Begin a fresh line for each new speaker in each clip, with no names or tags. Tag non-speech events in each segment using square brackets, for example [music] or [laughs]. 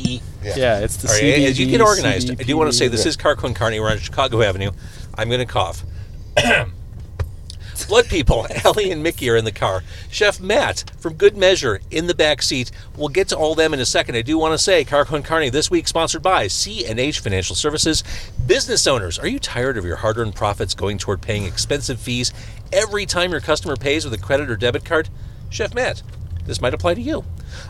CBE.
Yeah.
Yeah, it's the
All right,
CBD,
as you get organized, I
[laughs]
do want to say
CBP.
this is Carquin Carney. We're on Chicago Avenue. I'm going to cough. Blood people, [laughs] Ellie and Mickey are in the car. Chef Matt from Good Measure in the back seat. We'll get to all them in a second. I do want to say Carquin Carney this week sponsored by C&H Financial Services. Business owners, are you tired of your hard-earned profits going toward paying expensive fees every time your customer pays with a credit or debit card? Chef Matt, this might apply to you.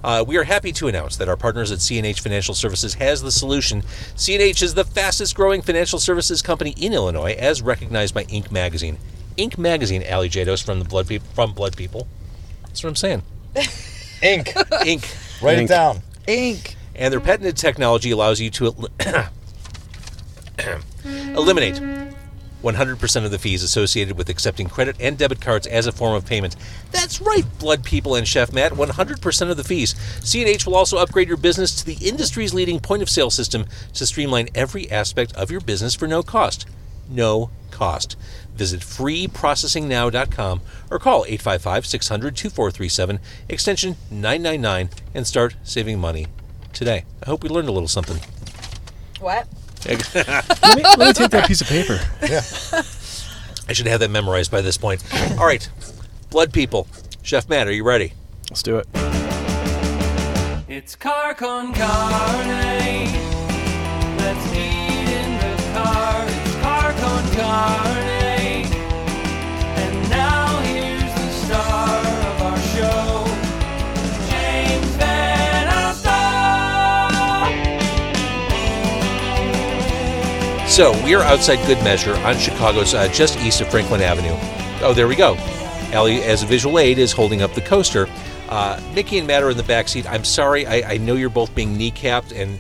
Uh, we are happy to announce that our partners at CNH Financial Services has the solution. CNH is the fastest growing financial services company in Illinois, as recognized by Inc. Magazine. Inc. Magazine, Ali Jados from the Blood People. From Blood People. That's what I'm saying.
Ink.
Inc.
Write it
Ink.
down.
Ink.
and their patented technology allows you to el- [coughs] eliminate 100% of the fees associated with accepting credit and debit cards as a form of payment. That's right, Blood People and Chef Matt, 100% of the fees. CNH will also upgrade your business to the industry's leading point of sale system to streamline every aspect of your business for no cost. No cost. Visit freeprocessingnow.com or call 855 600 2437, extension 999, and start saving money today. I hope we learned a little something.
What?
Let me, let me take that piece of paper.
Yeah.
I should have that memorized by this point. All right, blood people. Chef Matt, are you ready?
Let's do it.
It's car con carne. Let's eat in the car. It's car con carne. And now here's the star of our show, James Van Alstad.
So we are outside Good Measure on Chicago's uh, just east of Franklin Avenue. Oh, there we go. Ellie, as a visual aid, is holding up the coaster. Uh, Mickey and Matt are in the back seat. I'm sorry. I, I know you're both being kneecapped, and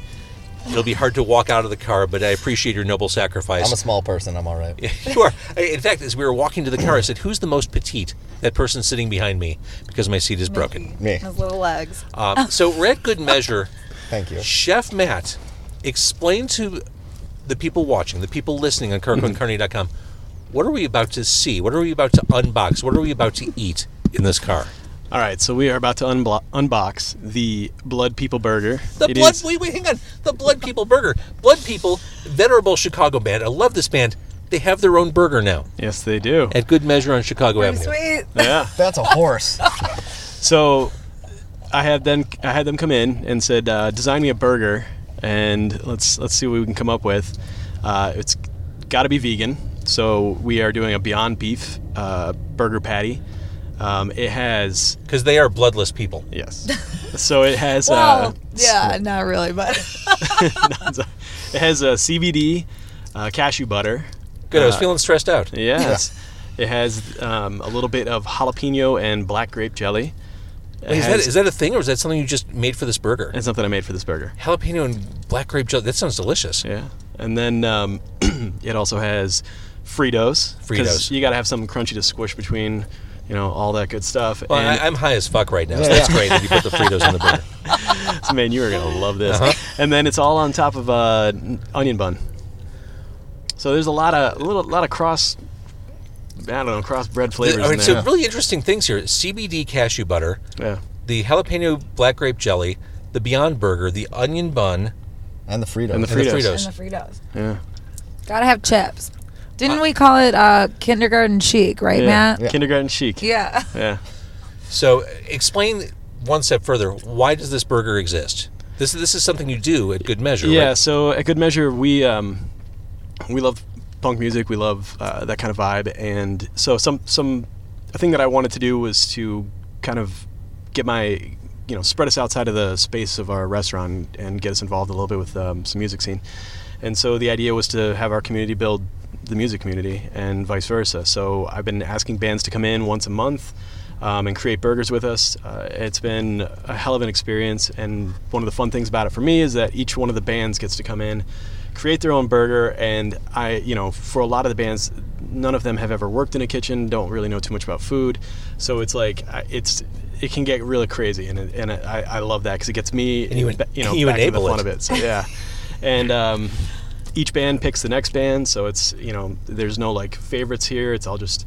it'll be hard to walk out of the car. But I appreciate your noble sacrifice.
I'm a small person. I'm all right.
[laughs] you are. I- In fact, as we were walking to the car, I said, "Who's the most petite?" That person sitting behind me, because my seat is broken.
Me.
His little legs.
Um, so we're at Good Measure.
Thank you.
Chef Matt, explain to the people watching, the people listening
Mm-hmm.
on kirklandcarney.com, what are we about to see? What are we about to unbox? What are we about to eat in this car?
All right, so we are about to unblo- unbox the Blood People Burger.
The
It
Blood,
is-
wait, wait, hang on. The Blood People Burger. Blood People, venerable Chicago band. I love this band. They have their own burger now
yes, they do.
at Good Measure on Chicago
Pretty
Avenue.
sweet.
Yeah.
That's a horse.
So I had them I had them come in and said, uh, design me a burger, and let's let's see what we can come up with. Uh, it's got to be vegan, so we are doing a Beyond Beef uh, burger patty. Um, it has
Because they are bloodless people.
yes, [laughs] so it has uh,
Well, yeah, not
[laughs]
really, but
it has a CBD, uh, cashew butter.
Good. I
Uh,
was feeling stressed out.
Yes, it has um, a little bit of jalapeno and black grape jelly. It
Wait, is, that,
has-
is that a thing, or is that something you just made for this burger?
it's something I made for this burger.
Jalapeno and black grape jelly. That sounds delicious.
Yeah, and then um, [clears throat] it also has Fritos. 'cause
Fritos.
You got to have something crunchy to squish between, you know, all that good stuff.
Well,
and
I, I'm high as fuck right now, so that's great that you put the Fritos in the
[laughs]
burger.
man, you are gonna love this.
Uh-huh.
And then it's all on top of uh, n- onion bun. So there's a lot of a little lot of cross, I don't know, cross bread flavors.
All
in
right,
there.
so really interesting things here: CBD cashew butter,
yeah.
the jalapeno black grape jelly, the Beyond Burger, the onion bun,
And the
And
Frito.
the
and the
Fritos.
and the
Fritos.
Fritos.
Yeah.
Gotta have chips. Didn't we call it uh, kindergarten chic, right,
yeah.
Matt?
Kindergarten chic.
Yeah.
Yeah.
So, explain one step further: why does this burger exist? This this is something you do at good measure.
Yeah,
right?
so at Good Measure, we um, we love punk music. We love uh, that kind of vibe, and so some some a thing that I wanted to do was to kind of get my you know spread us outside of the space of our restaurant and get us involved a little bit with um, some music scene. And so the idea was to have our community build the music community and vice versa. So I've been asking bands to come in once a month um, and create burgers with us. Uh, it's been a hell of an experience, and one of the fun things about it for me is that each one of the bands gets to come in, create their own burger, and I, you know, for a lot of the bands, none of them have ever worked in a kitchen, don't really know too much about food, so it's like I- it's it can get really crazy, and it- and I, I love that because it gets me,
And you en-
ba- you know,
you
back to the
enable
fun
it.
of it.
[laughs]
So yeah, and. Um, each band picks the next band, so it's you know there's no like favorites here. It's all just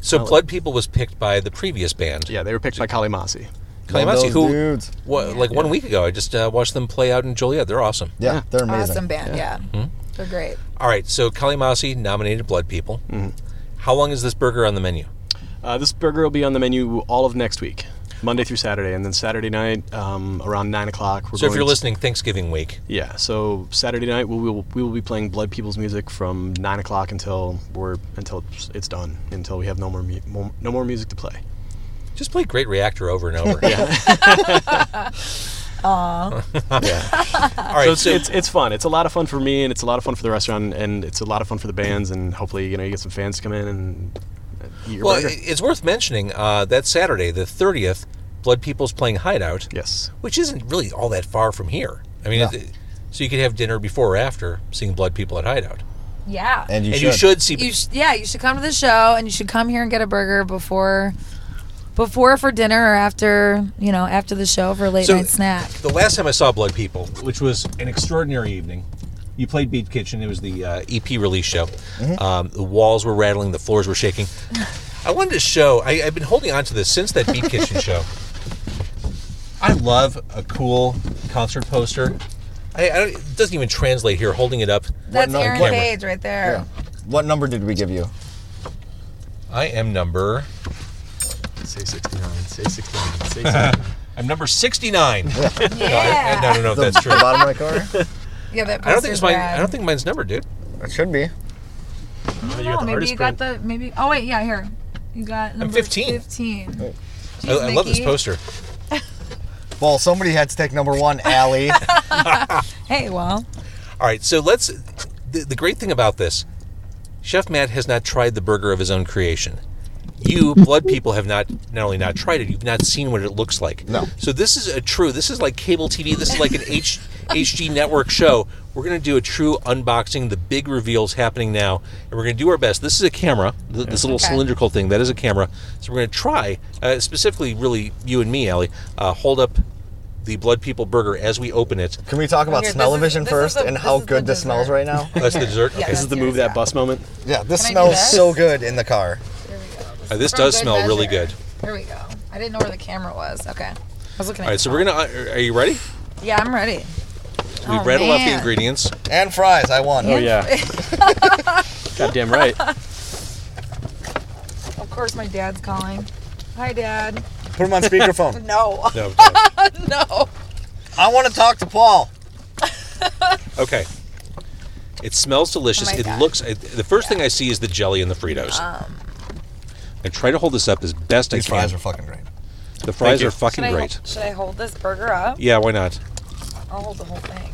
So,
Oh.
Blood People was picked by the previous band
yeah they were picked by Kalimasi.
Kalamazoo,
those
who,
dudes.
wha- like one week ago, I just uh, watched them play out in Joliet. They're awesome.
Yeah,
Yeah.
they're amazing.
Awesome band, yeah.
Hmm?
They're great.
All right, so Kalimasi nominated Blood People.
Mm-hmm.
How long is this burger on the menu?
Uh, this burger will be on the menu all of next week, Monday through Saturday, and then Saturday night um, around nine o'clock. We're
So if
going
you're
to-
listening Thanksgiving week,
yeah. So Saturday night we will we will be playing Blood People's music from nine o'clock until we're until it's done until we have no more mu- mo- no more music to play.
just play Great Reactor over and over.
Yeah.
[laughs] yeah. All right, so,
so it's, it's it's fun. It's a lot of fun for me, and it's a lot of fun for the restaurant, and it's a lot of fun for the bands, and hopefully you know you get some fans to come in and uh, eat your
well,
burger.
it- it's worth mentioning uh, that Saturday, the 30th, Blood People's playing Hideout,
yes.
which isn't really all that far from here. I mean,
No.
it, so you could have dinner before or after seeing Blood People at Hideout.
Yeah.
And you
and
should.
you should see.
you sh- yeah, you should come to the show and you should come here and get a burger before before for dinner or after, you know, after the show for a late
So-
night snack.
the last time I saw Blood People, which was an extraordinary evening, you played Beat Kitchen. It was the uh, EP release show.
Mm-hmm.
Um, the walls were rattling, the floors were shaking. I wanted to show. I, I've been holding on to this since that Beat
[laughs]
Kitchen show. I love a cool concert poster. I, I don't, it doesn't even translate here. Holding it up,
That's
no,
Aaron
camera.
Page right
Yeah.
there.
What number did we give you?
I am number.
Say sixty nine. Say sixty nine. Say sixty nine.
I'm number 69. No,
Yeah.
I, I- [laughs] no, no, no, if
The,
that's true.
the bottom right corner?
Yeah, that
I don't think it's
poster's
mine.
rad.
I don't think mine's numbered, dude.
It should be.
Oh,
I
you got
don't know,
the
maybe
artist
you got
print.
the maybe oh wait, yeah, here. You got number
15.
15. Jeez,
I, I love this
Mickey.
poster.
Well, somebody had to take number one, Allie.
Hey, well,
All right, so let's. The, the great thing about this, Chef Matt has not tried the burger of his own creation. You, blood people, have not not only not tried it, you've not seen what it looks like.
No.
So this is a true. This is like cable TV. This is like an H, HG network show. We're gonna do a true unboxing. The big reveals happening now, and we're gonna do our best. This is a camera. th- This little
Okay.
cylindrical thing that is a camera. So we're gonna try, uh, specifically, really you and me, Allie, uh, hold up the blood people burger as we open it.
Can we talk about
Okay, this is-
smell-o-vision
this is
first
the-
and
this
how
is the
good this
dessert.
smells right now?
That's the dessert.
Yeah,
Okay.
This is the
That's
move
yours,
that
yeah.
bus moment.
Yeah, this
Can I do
smells
this?
so good in the car.
here we go.
Uh, this
is
does
from
smell really
Measure.
good.
Here we go. I didn't know where the camera was. Okay. I was looking at
All right, so we're gonna. uh, Are you ready?
Yeah, I'm ready.
We
Oh,
rattle off the
man.
ingredients.
[laughs]
And fries, I won.
Oh yeah.
[laughs]
Goddamn right.
Of course, my dad's calling. Hi, Dad.
Put him on
[laughs]
speakerphone.
No.
No.
no.
I want to talk to Paul.
okay. It smells delicious.
Oh my
it
God. Um.
looks. It, the first thing I see is the jelly and the Fritos. I try to hold this up as best
These
I can.
fries are fucking great.
the fries
you.
are fucking
Should I,
great.
should I hold this burger up?
Yeah, why not?
I'll hold the whole thing.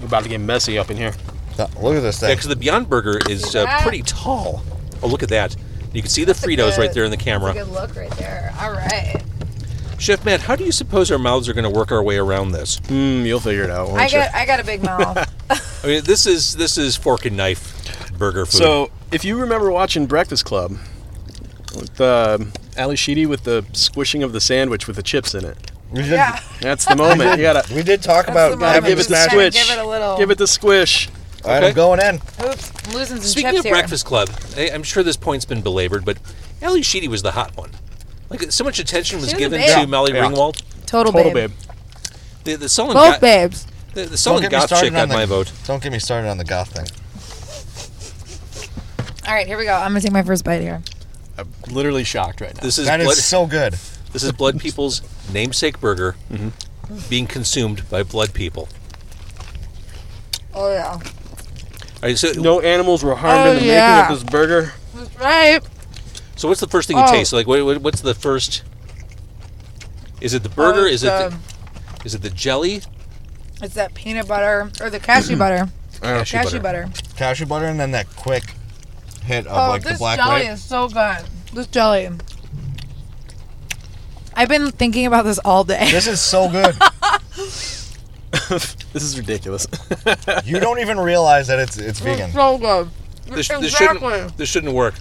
We're about to get messy up in here.
Uh, Look at this
Yeah,
thing.
because the Beyond Burger is uh,
that?
pretty tall. Oh, look at that. You can see the Fritos right there in the camera.
That's a good look right there. All right.
Chef Matt, how do you suppose our mouths are going to work our way around this?
Hmm. You'll figure it out. Won't
I
you?
got I got a big mouth.
[laughs] I mean, this is this is fork and knife burger food.
So, if you remember watching Breakfast Club, with uh, Ali Sheedy with the squishing of the sandwich with the chips in it,
we, did,
yeah.
that's
[laughs]
the moment. You gotta
we did talk
That's the
about.
moment.
gotta give it
Just
the
kinda
squish.
give it a little-
Give it the squish.
All right,
Okay.
I'm going in.
Oops. I'm losing some
Speaking
chips
of
here.
Breakfast Club, I, I'm sure this point's been belabored, but Ally Sheedy was the hot one. Like so much attention was,
She was a
given
babe.
to Molly
Yeah.
Ringwald.
Total,
Total
babe.
babe.
The, the sullen
Both
go-
babes.
the, the sullen
get me
goth chick
started
got
on
my
the-
vote.
Don't get me started on the goth thing.
All right, here we go. I'm gonna take my first bite here.
I'm literally shocked right now.
This is
That
blood,
is so good.
this is
[laughs]
Blood People's namesake burger
Mm-hmm.
being consumed by Blood People.
Oh yeah.
All right, so
no animals were harmed
Oh,
in the
yeah.
making of this burger.
That's right.
so what's the first thing you
Oh.
taste? Like what, what, what's the first? Is it the burger?
Oh,
is it the,
um,
is it the jelly?
It's that peanut butter or the cashew butter.
Cashew
[laughs]
Cashew butter.
Cashew butter and then that quick hit of
Oh,
like
this
the black
jelly
grape.
is so good. This jelly. I've been thinking about this all day.
This is so good.
this is ridiculous.
you don't even realize that it's it's vegan.
[laughs] [laughs] It's so good.
This,
exactly.
this shouldn't this shouldn't work.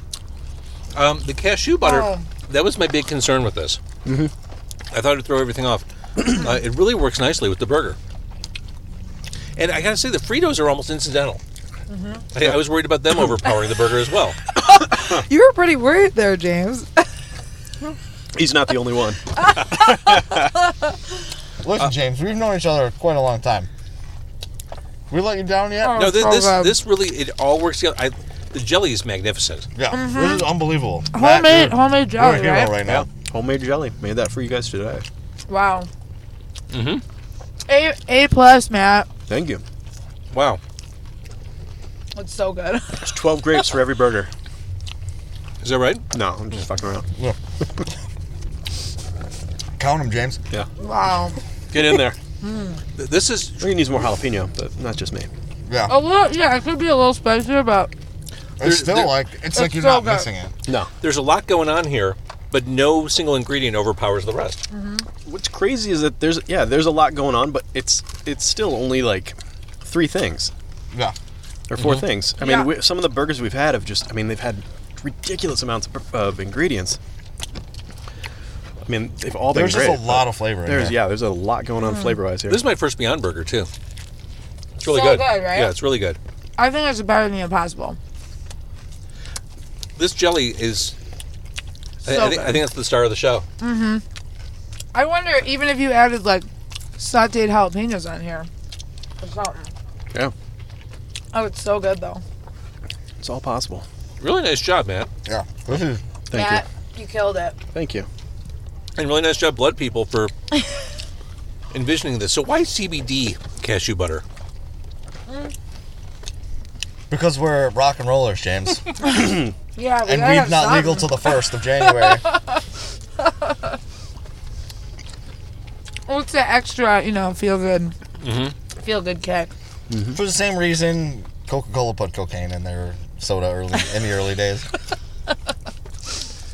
Um, the cashew butter
Oh.
that was my big concern with this. I thought it'd throw everything [clears throat] off. uh, it really works nicely with the burger. And I gotta say, the Fritos are almost incidental.
Mm-hmm.
I, I was worried about them
[laughs]
overpowering the burger as well.
You were pretty worried there, James.
He's not the only one.
Listen, James, we've known each other quite a long time. We let you down yet?
Oh.
No, this,
So
this
good.
this really it all works together. I, the jelly is magnificent.
Yeah, this is unbelievable. Matt, you're-
mm-hmm. Homemade, oh, homemade
You're a
jelly,
hero
right?
right, now.
Homemade jelly. Made that for you guys today.
Wow.
Mhm.
A A plus, Matt.
Thank you.
Wow,
It's so good. [laughs]
There's 12 grapes for every burger.
is that right?
No, I'm just fucking around.
Count them, James.
Wow.
Get in
[laughs]
there.
Hmm.
Th- this is
We can use more jalapeno, but not just me.
Yeah,
A little, yeah, it could be a little spicier, but
they're-
it's still
they're-
like it's, like you're
so
not
good.
missing it.
No.
there's a lot going on here, but no single ingredient overpowers the rest.
What's crazy is that there's yeah, there's a lot going on, but it's it's still only like three things
Yeah,
or 4 things. I mean,
Yeah.
we, some of the burgers we've had have just I mean, they've had ridiculous amounts of, of ingredients. I mean, they've all been
there's
great.
just a
but
lot of flavor. In
There's
there.
yeah, there's a lot going
Hmm.
on flavor-wise here.
This is my first Beyond Burger too. It's really
So
good.
good, right?
Yeah, it's really good.
I think it's better than the Impossible.
This jelly is. I- I,
So
think, I
good.
think that's the star of the show.
I wonder even if you added like sautéed jalapenos on here or something.
Yeah.
Oh, it's so good though.
It's all possible.
Really nice job, man,
yeah. This is
Thank
Matt, you. killed it.
you. Thank you.
and really nice job, Blood People, [laughs] for envisioning this. So why CBD cashew butter?
because we're rock and rollers,
[laughs]
James,
Yeah, we
and
gotta
we've
have
not legal
something.
till the first of January.
Well, it's the extra, you know, feel good, feel good kick.
For the same reason, Coca-Cola put cocaine in their soda early in the early
[laughs]
days.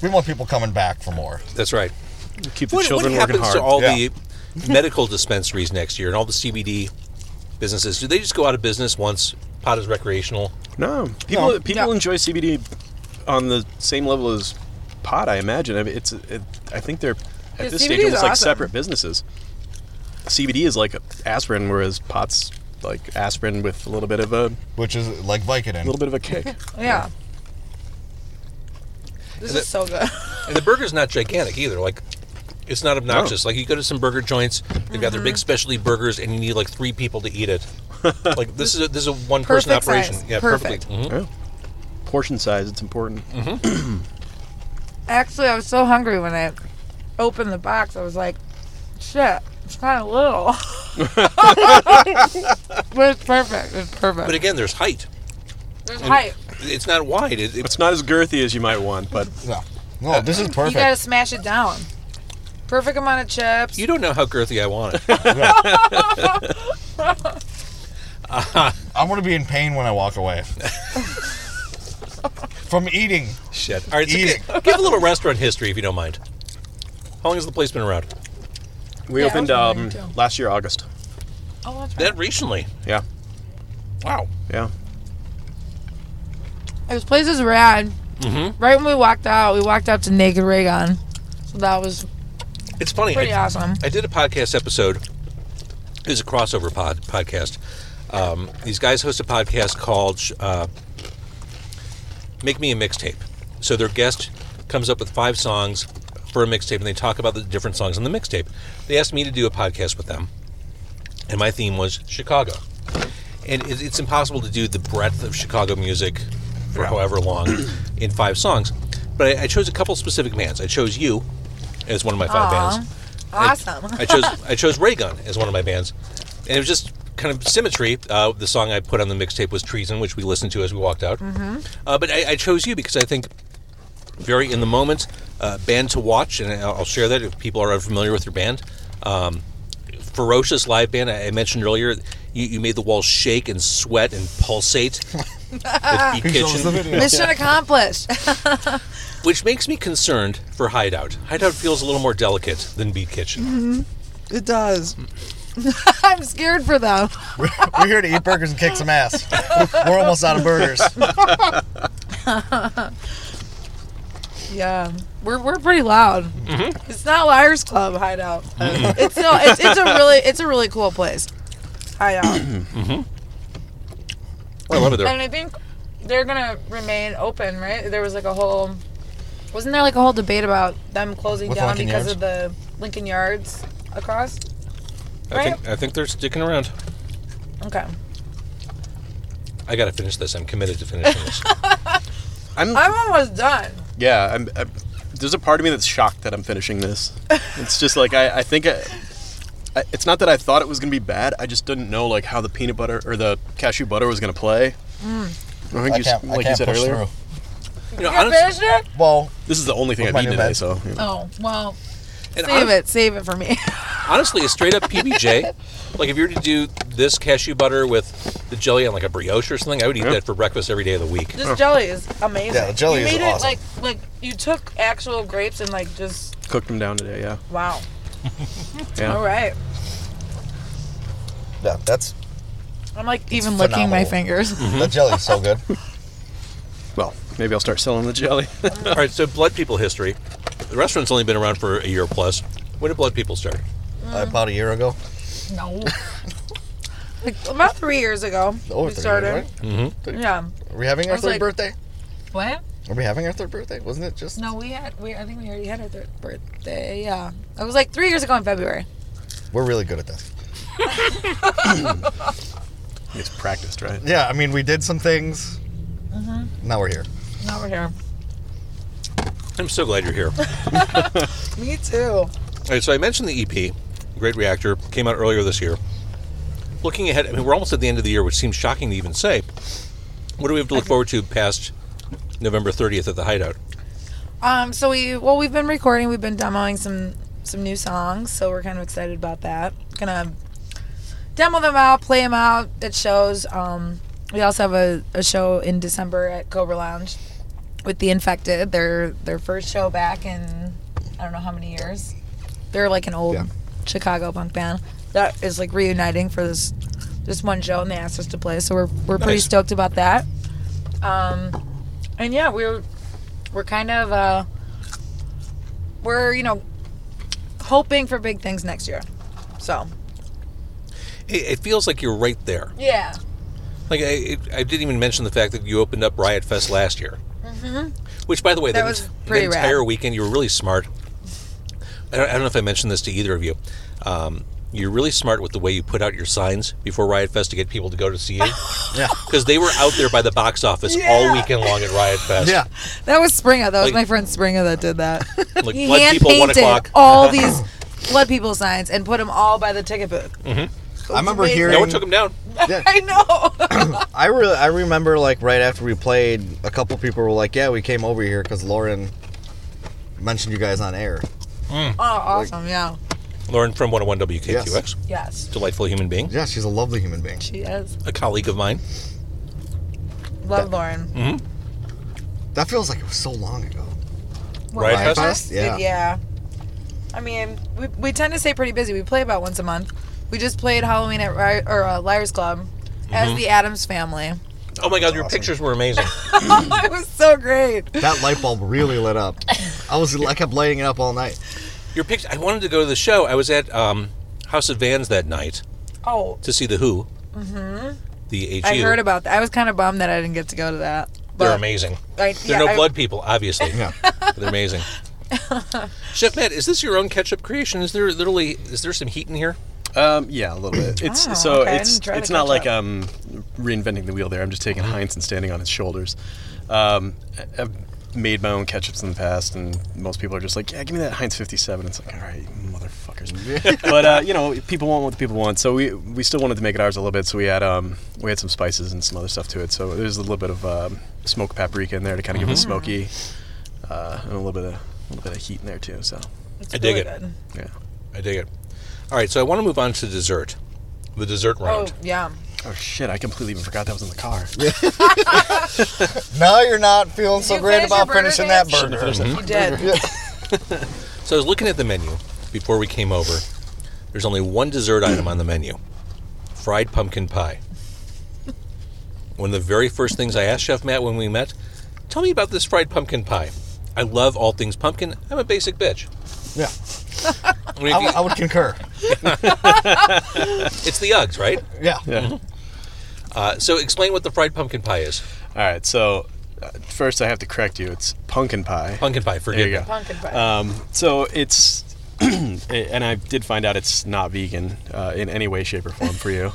we want people coming back for more.
That's right.
Keep the
What, what
children
happens
working hard.
to all
Yeah.
the medical dispensaries next year and all the CBD businesses? Do they just go out of business once pot is recreational?
No, people
No.
people
No.
enjoy CBD on the same level as pot. I imagine. I mean, it's it, I think they're at
Yeah,
this
CBD
stage
is
almost like
awesome.
separate businesses. CBD is like aspirin, whereas pot's like aspirin with a little bit of a
Which is like Vicodin.
little bit of a kick.
[laughs] Yeah.
And
This is
it-
so good.
And the burger's not gigantic either. Like, it's not obnoxious. Like, you go to some burger joints, they've got their
Mm-hmm.
big specialty burgers, and you need like three people to eat it. like, this is a, this is a one person
Perfect
operation.
size.
Yeah,
Perfect.
perfectly. Mhm.
Yeah. Portion size, it's important.
Actually, I was so hungry when I opened the box. I was like, shit, it's kind of little. [laughs] but it's perfect. It's perfect.
But again, there's height.
There's
And
height.
It's not wide. It, it-
It's not as girthy as you might want, but
No,
Uh,
no, this is
You gotta
perfect.
smash it down. Perfect amount of chips.
you don't know how girthy I want it.
I'm gonna be in pain when I
[laughs]
walk away from eating.
Shit. All right, so
Eating.
give, give a little restaurant history if you don't mind. How long has the place been around?
we
Yeah, I
opened
was
um,
wondering, too.
last year August.
oh, that's right.
That recently.
Yeah,
Wow.
yeah.
This place is rad. Right when we walked out, we walked up to Naked Raygun. So that was
It's funny.
pretty
I,
awesome.
I did a podcast episode. It was a crossover pod podcast. Um, these guys host a podcast called uh, "Make Me a Mixtape." So their guest comes up with five songs for a mixtape, and they talk about the different songs on the mixtape. They asked me to do a podcast with them, and my theme was Chicago. And it, it's impossible to do the breadth of Chicago music for however long in five songs. But I, I chose a couple specific bands. I chose you as one of my five
Aw.
bands.
Awesome.
[laughs] I chose I chose Raygun as one of my bands, and it was just kind of symmetry. Uh, the song I put on the mixtape was Treason, which we listened to as we walked out. Uh, but I, I chose you because I think very in the moment uh, band to watch, and I'll, I'll share that if people are unfamiliar with your band. Um, ferocious live band I, I mentioned earlier. You, you made the walls shake and sweat and pulsate. with Beat
Show us
Kitchen,
the video.
Mission accomplished. [laughs]
which makes me concerned for Hideout. Hideout feels a little more delicate than Beat Kitchen.
It does.
I'm scared for them.
We're here to eat burgers and kick some ass. We're almost out
[laughs]
of burgers.
Yeah. We're, we're pretty loud. It's not Liars Club hideout. It's no it's, it's a really it's a really cool place. Hideout.
I love it there.
And I think they're gonna remain open, right? There was like a whole Wasn't there like a whole debate about them closing
With
down
Lincoln
because
Yards?
of the Lincoln Yards across?
I think I think they're sticking around.
Okay.
I got to finish this. I'm committed to finishing this.
I'm
I'm almost done.
yeah. I'm, i there's a part of me that's shocked that I'm finishing this. It's just like I, I think I, I, it's not that I thought it was gonna be bad. I just didn't know like how the peanut butter or the cashew butter was gonna play. I think
I
you, s-
can't, I
like you
can't
said
push
earlier,
through.
You know,
You
honest-
finished it?
Well,
this is the only thing
With
I've
my
eaten
new
today.
bed.
So you know.
Oh well.
and
Save
hon-
it. Save it for me.
honestly, a straight up PBJ. like if you were to do this cashew butter with the jelly on like a brioche or something, I would eat
Yeah.
that for breakfast every day of the week.
[laughs] This jelly is amazing.
Yeah, the jelly
you
is
made
awesome.
it like like you took actual grapes and like just
cooked them down today. Yeah.
[laughs]
wow.
Yeah.
All right.
yeah, that's
I'm like even licking my
phenomenal. Mm.
fingers.
Mm-hmm.
that jelly's so
[laughs]
good.
Well, maybe I'll start selling the
[laughs]
jelly.
All right, so blood people history. The restaurant's only been around for a year plus. When did blood people start?
About a year ago.
[laughs] No. like about three years ago,
Over
we
three
started.
years, right? Mm-hmm.
Yeah.
Are we having
I
our
was
third
like-
birthday?
What?
Are we having our third birthday? Wasn't it just?
No, we had. We I think we already had our third birthday. Yeah. It was like three years ago in February.
We're really good at this.
it's practiced, right?
Yeah, I mean, we did some things.
Mm-hmm.
Now we're here.
Now we're here.
I'm so glad you're here. All
Me too.
right, so I mentioned the EP, Great Reactor, came out earlier this year. Looking ahead, I mean, we're almost at the end of the year, which seems shocking to even say. What do we have to look forward to past November 30th at the Hideout?
Um. So we well we've been recording. We've been demoing some some new songs. So we're kind of excited about that. Gonna demo them out, play them out at shows. Um. We also have a, a show in December at Cobra Lounge with the Infected. Their their first show back in I don't know how many years. They're like an old
Yeah.
Chicago punk band that is like reuniting for this this one show, and they asked us to play. So we're we're pretty
Nice.
stoked about that. Um, and yeah, we're we're kind of uh, we're you know hoping for big things next year. So
It, it feels like you're right there.
yeah,
Like I, it, I didn't even mention the fact that you opened up Riot Fest last year, mm-hmm. which, by the way,
That
the,
was
ent- the
pretty rad.
entire weekend you were really smart. I don't, I don't know if I mentioned this to either of you. Um, you're really smart with the way you put out your signs before Riot Fest to get people to go to
[laughs]
see you,
Yeah.
because they were out there by the box office all
Yeah.
weekend long at Riot Fest.
[laughs] Yeah.
that was Springa. That was
Like-
my friend Springa that did that.
[laughs] like
he
blood
hand
people one
painted
o'clock. [laughs]
all these blood people signs and put them all by the ticket booth.
Mm.
I remember
amazing.
hearing.
No one took them down.
[laughs]
[coughs]
I know. [coughs]
I really, I remember like right after we played, a couple people were like, "Yeah, we came over here because Lauren mentioned you guys on air."
oh, awesome! Yeah.
Lauren from 101 WKQX,
Yes,
delightful human being,
Yeah, she's a lovely human being.
she is.
a colleague of mine.
Love Lauren.
That feels like it was so long ago.
Riot Fest?
Yeah.
yeah. I mean, we, we tend to stay pretty busy. We play about once a month. We just played Halloween at Ri- or uh, Liars Club as
Mm-hmm.
the Adams family. [laughs]
Oh my God, your
awesome.
pictures were amazing.
it was so great.
That light bulb really lit up. I was, I kept lighting it up all night.
Your picture. I wanted to go to the show. I was at um, House of Vans that night
Oh,
to see the Who. Mm-hmm. The HU.
I heard about that. I was kind of bummed that I didn't get to go to that.
They're
but
amazing.
I-
They're
yeah,
no
I-
blood people,
[laughs]
obviously.
Yeah.
They're amazing. Chef Matt, is this your own ketchup creation? Is there literally is there some heat in here?
Um, yeah, a little
[clears throat]
bit. It's
Oh,
so
okay, I
it's
didn't try to
it's not
catch
like
up.
um reinventing the wheel there. I'm just taking Heinz and standing on his shoulders. Um, I- I've made my own ketchups in the past, and most people are just like, "Yeah, give me that Heinz 57." It's like, all right, motherfuckers. but uh, you know, people want what the people want, so we we still wanted to make it ours a little bit. So we had um we had some spices and some other stuff to it. So there's a little bit of um, smoked paprika in there to kind of give it a
Mm-hmm.
smoky, uh, and a little bit of a little bit of heat in there too. So
It's
I dig
really
it.
good.
yeah.
I dig it. All right, so I want to move on to dessert. The dessert
Oh
round.
yeah.
Oh shit! I completely even forgot that was in the car.
Now you're not feeling so
you
great
finish
about
your burger,
finishing
Dan?
that burger.
You [laughs] did.
So I was looking at the menu before we came over. There's only one dessert item on the menu. Fried pumpkin pie. One of the very first things I asked Chef Matt when we met, tell me about this fried pumpkin pie. I love all things pumpkin. I'm a basic bitch.
Yeah,
I mean,
I,
if
w-
you-
I would concur.
it's the Uggs, right?
Yeah,
Yeah.
Uh, so explain what the fried pumpkin pie is.
All right, so uh, first I have to correct you. It's pumpkin pie.
Pumpkin pie, forgive
There you
me.
go.
Pumpkin pie.
Um, so it's, [clears throat] and I did find out it's not vegan uh, in any way, shape, or form for you.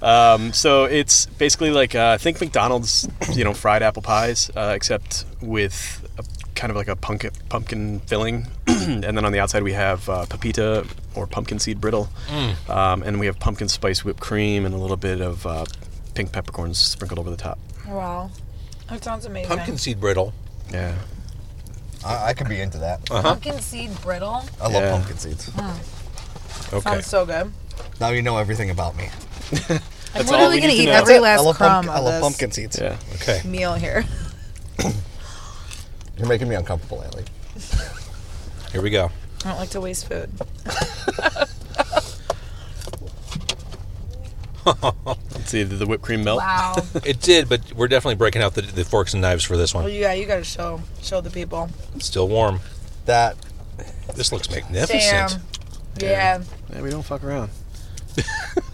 um, so it's basically like uh, I think McDonald's, you know, fried apple pies, uh, except with a, kind of like a pumpkin pumpkin filling, [clears throat] and then on the outside we have uh, pepita or pumpkin seed brittle, um, and we have pumpkin spice whipped cream and a little bit of uh, pink peppercorns sprinkled over the top.
wow. That sounds amazing.
Pumpkin seed brittle.
Yeah.
I, I could be into that.
uh-huh.
Pumpkin seed brittle.
I love
Yeah.
pumpkin seeds.
Okay.
Sounds so good.
Now you know everything about me.
I'm
all
literally
we need
gonna
to
eat
know.
every
I
last
love,
crumb
pumpkin, I
of
love
this
pumpkin seeds.
Yeah.
Okay.
meal here. [laughs]
You're making me uncomfortable, Ellie.
Here we go.
I don't like to waste food.
Let's see. Did the whipped cream melt?
Wow.
It did, but we're definitely breaking out the, the forks and knives for this
[laughs] well,
one.
yeah, you gotta show show the people.
Still warm.
That
This looks
Damn.
magnificent.
Yeah.
Yeah, we don't fuck around.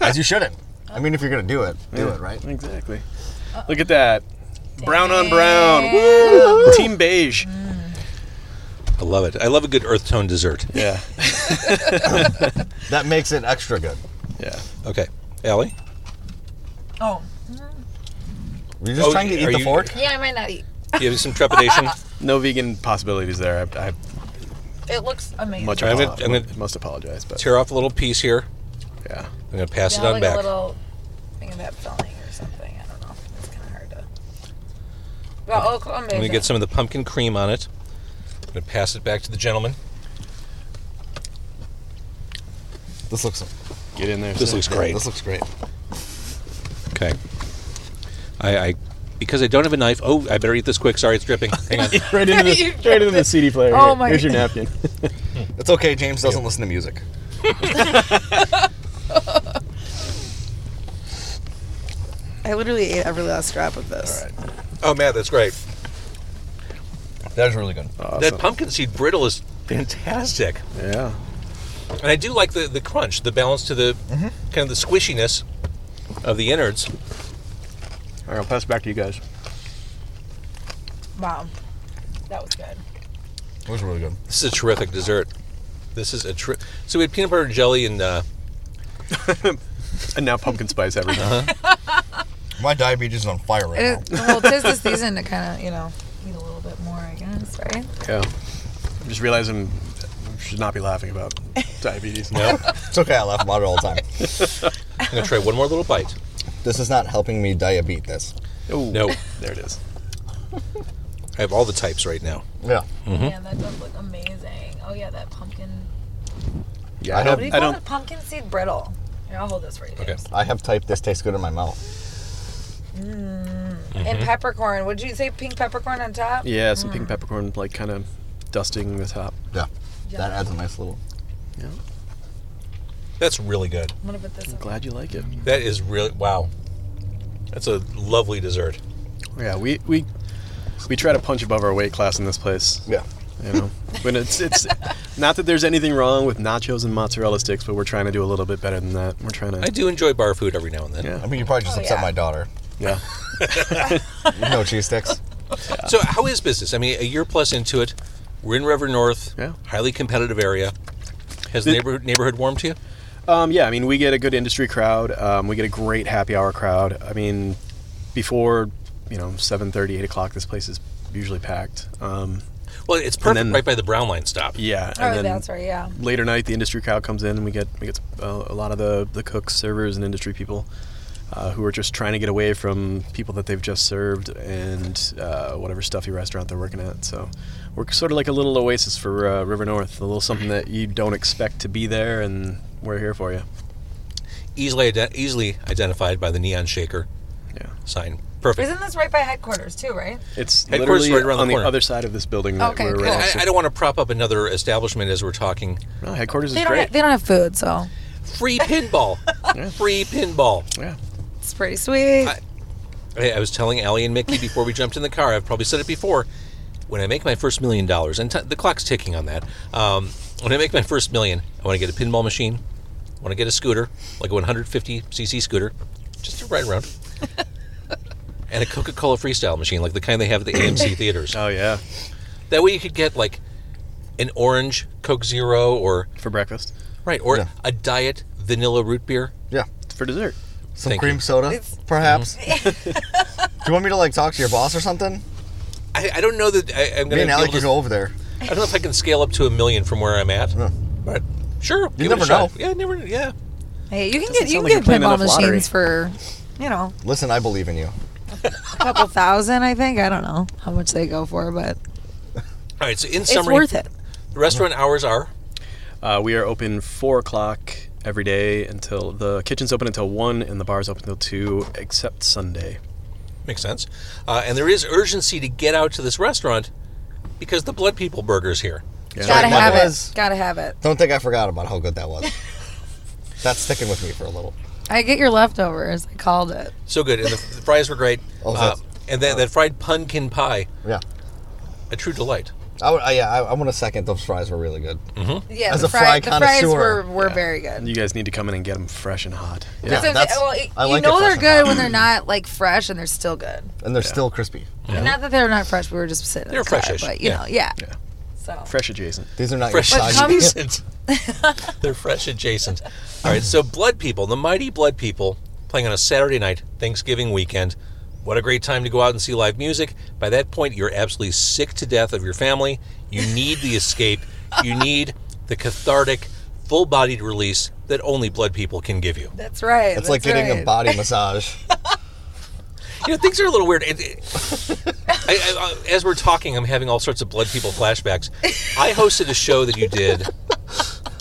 as you shouldn't. I mean, if you're gonna do it, do
Yeah,
it right.
Exactly. Look at that. Brown on brown. Woo! Team beige.
I love it. I love a good earth tone dessert.
Yeah.
That makes it extra good.
Yeah.
Okay. Allie?
Oh.
Were you just
Oh,
trying to eat
are
the
you-
fork?
Yeah, I might not eat.
You have some [laughs] trepidation?
No vegan possibilities there. I, I
It looks amazing.
much
I'm
apo-
gonna- I'm gonna-
must apologize, but
Tear off a little piece here.
yeah.
I'm going to pass
yeah,
it on
like
back.
a little thing of that filling or something. I don't know. It's kind of hard to. Well, oh, amazing.
I'm going to get some of the pumpkin cream on it. I'm going to pass it back to the gentleman.
This looks.
Get in there.
This
son. [laughs]
looks
yeah,
great.
This looks great.
Okay. I, I, because I don't have a knife. Oh, I better eat this quick. Sorry, it's dripping. Hang on.
right into
You [laughs]
the right into
dropped it.
the CD player.
Oh
Here,
my
Here's your
God. [laughs]
napkin.
It's okay. James doesn't listen to music.
I literally ate every last drop of this.
[laughs] Oh, man, that's great.
That is really good.
That pumpkin seed brittle is fantastic.
Yeah.
And I do like the, the crunch, the balance to the kind of the squishiness of the innards.
All right, I'll pass it back to you guys.
Wow. That was good.
It was really good.
This is a terrific dessert. This is a tri- so we had peanut butter jelly and uh,
And now pumpkin spice everything.
My diabetes is on fire right now.
It, well, tis the season to kind of, you know, eat a little bit more, I guess, right?
Yeah. Uh-huh. I'm just realizing I should not be laughing
[laughs]
about diabetes.
no,
It's okay. I laugh about it all the time.
I'm gonna try one more little bite.
This is not helping me diabetes. This.
Oh,
No,
There it is.
I have all the types right now.
Yeah.
Yeah, that does look amazing. Oh, yeah, that pumpkin.
Yeah.
I
I
don't-
What do you
don't. I
call
don't.
it? Pumpkin seed brittle. Here, I'll hold this for you.
Okay.
James.
I have typed. This tastes good in my mouth.
And peppercorn. Would you say pink peppercorn on top?
Yeah. Some pink peppercorn, like kind of dusting the top.
Yeah.
Yeah.
That uh, adds a nice little.
Yeah.
That's really good.
I'm going to put this in.
Glad you like it.
That is really wow. That's a lovely dessert.
Yeah, we we we try to punch above our weight class in this place.
Yeah.
You know, when it's it's not that there's anything wrong with nachos and mozzarella sticks, but we're trying to do a little bit better than that. We're trying
I
to.
do enjoy bar food every now and then.
I
Yeah.
mean, you probably just
Oh,
upset
yeah.
my daughter.
Yeah.
No cheese
[laughs]
sticks.
So how is business? I mean, a year plus into it, we're in River North.
Yeah.
Highly competitive area. Has the
Did-
neighborhood neighborhood warmed to you?
Um, yeah, I mean, we get a good industry crowd. Um, we get a great happy hour crowd. I mean, before you know, 7:30, 8 o'clock, this place is usually packed. Um,
Well, it's perfect
then-
right by the Brown Line stop.
yeah,
Oh, that's right, yeah.
later night the industry crowd comes in and we get we get uh, a lot of the the cooks servers and industry people uh, who are just trying to get away from people that they've just served and uh, whatever stuffy restaurant they're working at so we're sort of like a little oasis for uh, river north a little something that you don't expect to be there and we're here for you
Easily ide- easily identified by the neon shaker
yeah
sign. Perfect.
Isn't this right by headquarters, too, right?
it's
Headquarters
literally
right around the
on the,
corner.
other side of this building that
Okay,
we're
cool.
right
I,
next to.
I don't want to prop up another establishment as we're talking.
No, headquarters
They
is
don't,
great
have, they don't have food, so
Free pinball.
[laughs] Yeah.
Free pinball.
yeah
it's pretty sweet.
I- Hey, I was telling Allie and Mickey before we jumped in the car. I've probably said it before. When I make my first million dollars, and t- the clock's ticking on that. Um, when I make my first million, I want to get a pinball machine. I want to get a scooter, like a 150cc scooter, just to ride around. and a Coca Cola freestyle machine, like the kind they have at the AMC theaters.
Oh yeah,
That way you could get like an orange Coke Zero or
for breakfast,
right or
Yeah.
a diet vanilla root beer.
Yeah.
for dessert.
Some
Thank
cream
you.
soda,
It's- [laughs]
perhaps. Do you want me to like talk to your boss or something?
I, I don't know that I, I'm
Me
going
and Alec
to.
could go over there.
I don't know if I can scale up to a million from where I'm at, but sure. give it a
never
shot.
know.
Yeah, never. Yeah,
Hey, you can
Doesn't sound
get you can
like you're
get
playing
pinball
enough lottery.
machines for, you know,
Listen, I believe in you.
a couple thousand. I think I don't know how much they go for, but
All right, so in
it's
summary,
worth it.
the restaurant hours are
Uh, we are open four o'clock every day until the kitchen's open until one, and the bar's open until two, except Sunday.
makes sense, uh, and there is urgency to get out to this restaurant because the Blood People Burger's here.
Yeah.
Gotta
Sorry,
have
mine
it.
was-
Gotta have it.
Don't think I forgot about how good that
[laughs]
was. That's sticking with me for a little.
I get your leftovers. I called it.
So good, and the, the fries were great.
Oh,
uh,
that's-
and that, that fried pumpkin pie,
Yeah.
a true delight.
I would, I, yeah, I, I want a second. Those fries were really good.
Mm.
Yeah,
As
the,
a
fry,
fry
the fries
connoisseur.
were, were very good.
And you guys need to come in and get them fresh and hot.
Yeah.
So,
that's-
well, it-
I
you
like it
know they're
fresh and
good
hot.
when they're not like fresh and they're still good.
And they're still crispy.
Not that they're not fresh. We were just sitting. in
They're
the car,
freshish,
but you
yeah.
know, yeah.
Yeah.
So
fresh adjacent.
These are not
Fresh
your soggy. [laughs]
adjacent. [laughs] They're fresh adjacent. All right, so Blood People, the mighty Blood People, playing on a Saturday night, Thanksgiving weekend. What a great time to go out and see live music. By that point, you're absolutely sick to death of your family. You need the escape. You need the cathartic, full bodied release that only Blood People can give you.
that's right.
It's like
that's
getting a
right. [laughs]
body massage.
You know, things are a little weird. It- it- I, I, I, as we're talking, I'm having all sorts of Blood People flashbacks. I hosted a show that you did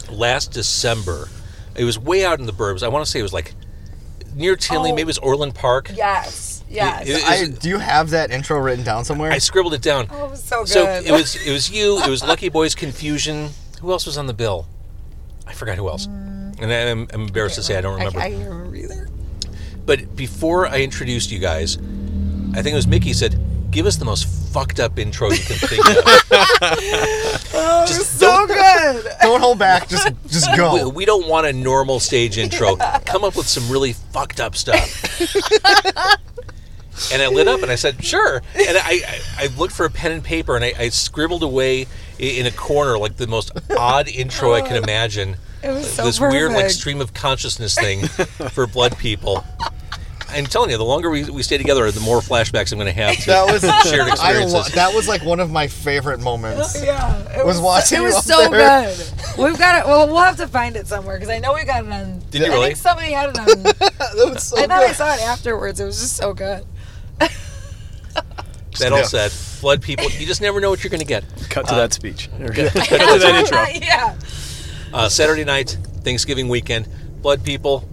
last December. It was way out in the burbs. I want to say it was like near Tinley,
Oh.
maybe it was Orland Park.
Yes. Yes.
It- it-
I, do you have that intro written down somewhere?
I scribbled it down.
oh, it was so good.
so it was it was you. It was Lucky Boys Confusion. Who else was on the bill? I forgot who else. And I, am I'm embarrassed to say I don't remember.
Mm. I, I can't
[laughs]
remember either.
But before I introduced you guys, I think it was Mickey said, "Give us the most fucked up intro you can think of."
Oh, it was so good.
Don't hold back. Just just
we,
go.
we don't want a normal stage intro. Come up with some really fucked up stuff. and I lit up and I said, sure. And I, I, I looked for a pen and paper and I, I scribbled away i- in a corner like the most odd intro I can imagine.
It was so
this weird like
perfect.
stream of consciousness thing for blood people. I'm telling you, the longer we, we stay together, the more flashbacks I'm going to have to
That was
shared
[laughs] I
experiences.
lo- that was like one of my favorite
[laughs]
moments.
Yeah, it
Was watching
It
you up
was so
there.
good. We've got it. Well, we'll have to find it somewhere because I know we got it on.
Did you
I
really?
think somebody had it on.
[laughs]
That was so
I
good.
thought I saw it afterwards. It was just so good.
that all
Yeah.
said, blood people, you just never know what you're going to get.
Cut to that speech. Or Cut to [laughs] that intro.
[laughs] yeah.
uh, Saturday night, Thanksgiving weekend, blood people,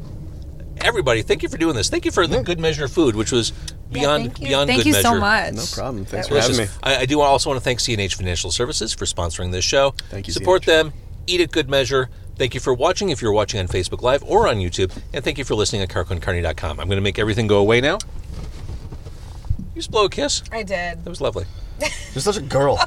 everybody. Thank you for doing this. Thank you for the good measure of food, which was beyond
thank you.
beyond
Thank
good
you
measure.
so much.
No problem. Thanks for having
Delicious.
me.
I, I do also want to thank CNH Financial Services for sponsoring this show.
Thank you,
Support
CNH.
them. Eat at good measure. Thank you for watching if you're watching on Facebook Live or on YouTube, and thank you for listening at carconcarney.com. I'm going to make everything go away now. You just blow a kiss.
I did.
That was lovely.
You're such a girl.